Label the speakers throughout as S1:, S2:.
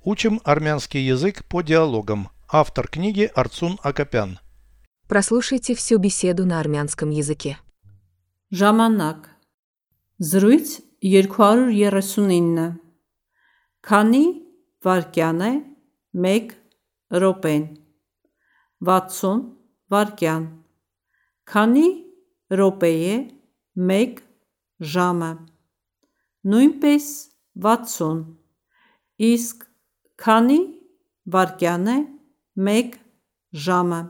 S1: Учим армянский язык по диалогам. Автор книги Арцун Акопян.
S2: Прослушайте всю беседу на армянском языке.
S3: Ժամանակ Զրույց 239 Քանի վարկյան է 1 րոպեն 60 վարկյան Քանի րոպե է 1 ժամը Նույնպես 60 Իսկ քանի վարկյան է 1 ժամը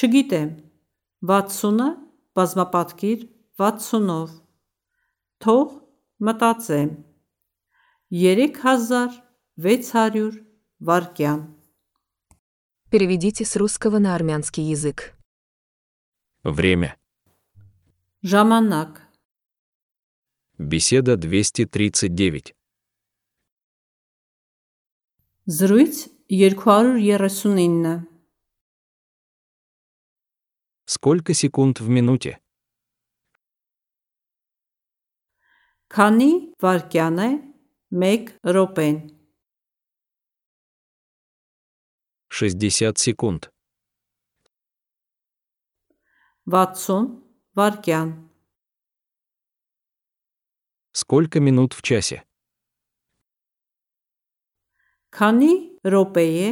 S3: Չգիտեմ 60-ը բազմապատկիր 60-ով Թող մտածեմ 3600 վարկյան
S2: Переведите с русского на армянский язык.
S4: Время.
S3: Ժամանակ
S4: Беседа 239.
S3: Զրույց 239
S4: Сколько секунд в минуте?
S3: Քանի վարկյան է 1 րոպեն
S4: 60 секунд.
S3: 60 վարկյան
S4: Сколько минут в часе?
S3: Քանի րոպե է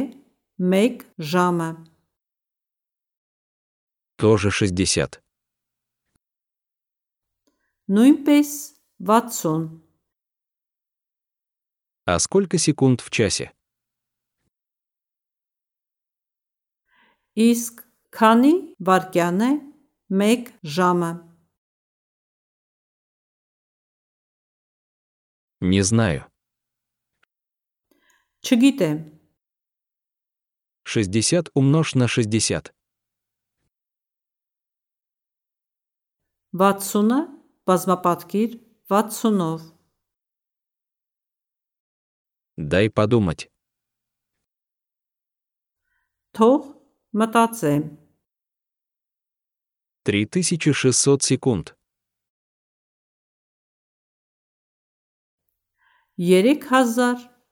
S3: 1 ժամը
S4: Тоже 60.
S3: Նույնպես 60
S4: А сколько секунд в часе?
S3: Իսկ քանի վարկյան է 1 ժամը
S4: Не знаю.
S3: Չգիտեմ
S4: 60 умножь на 60.
S3: 60-ը բազմապատկիր 60-ով
S4: Дай подумать.
S3: թող մտածեմ
S4: 3600 секунд.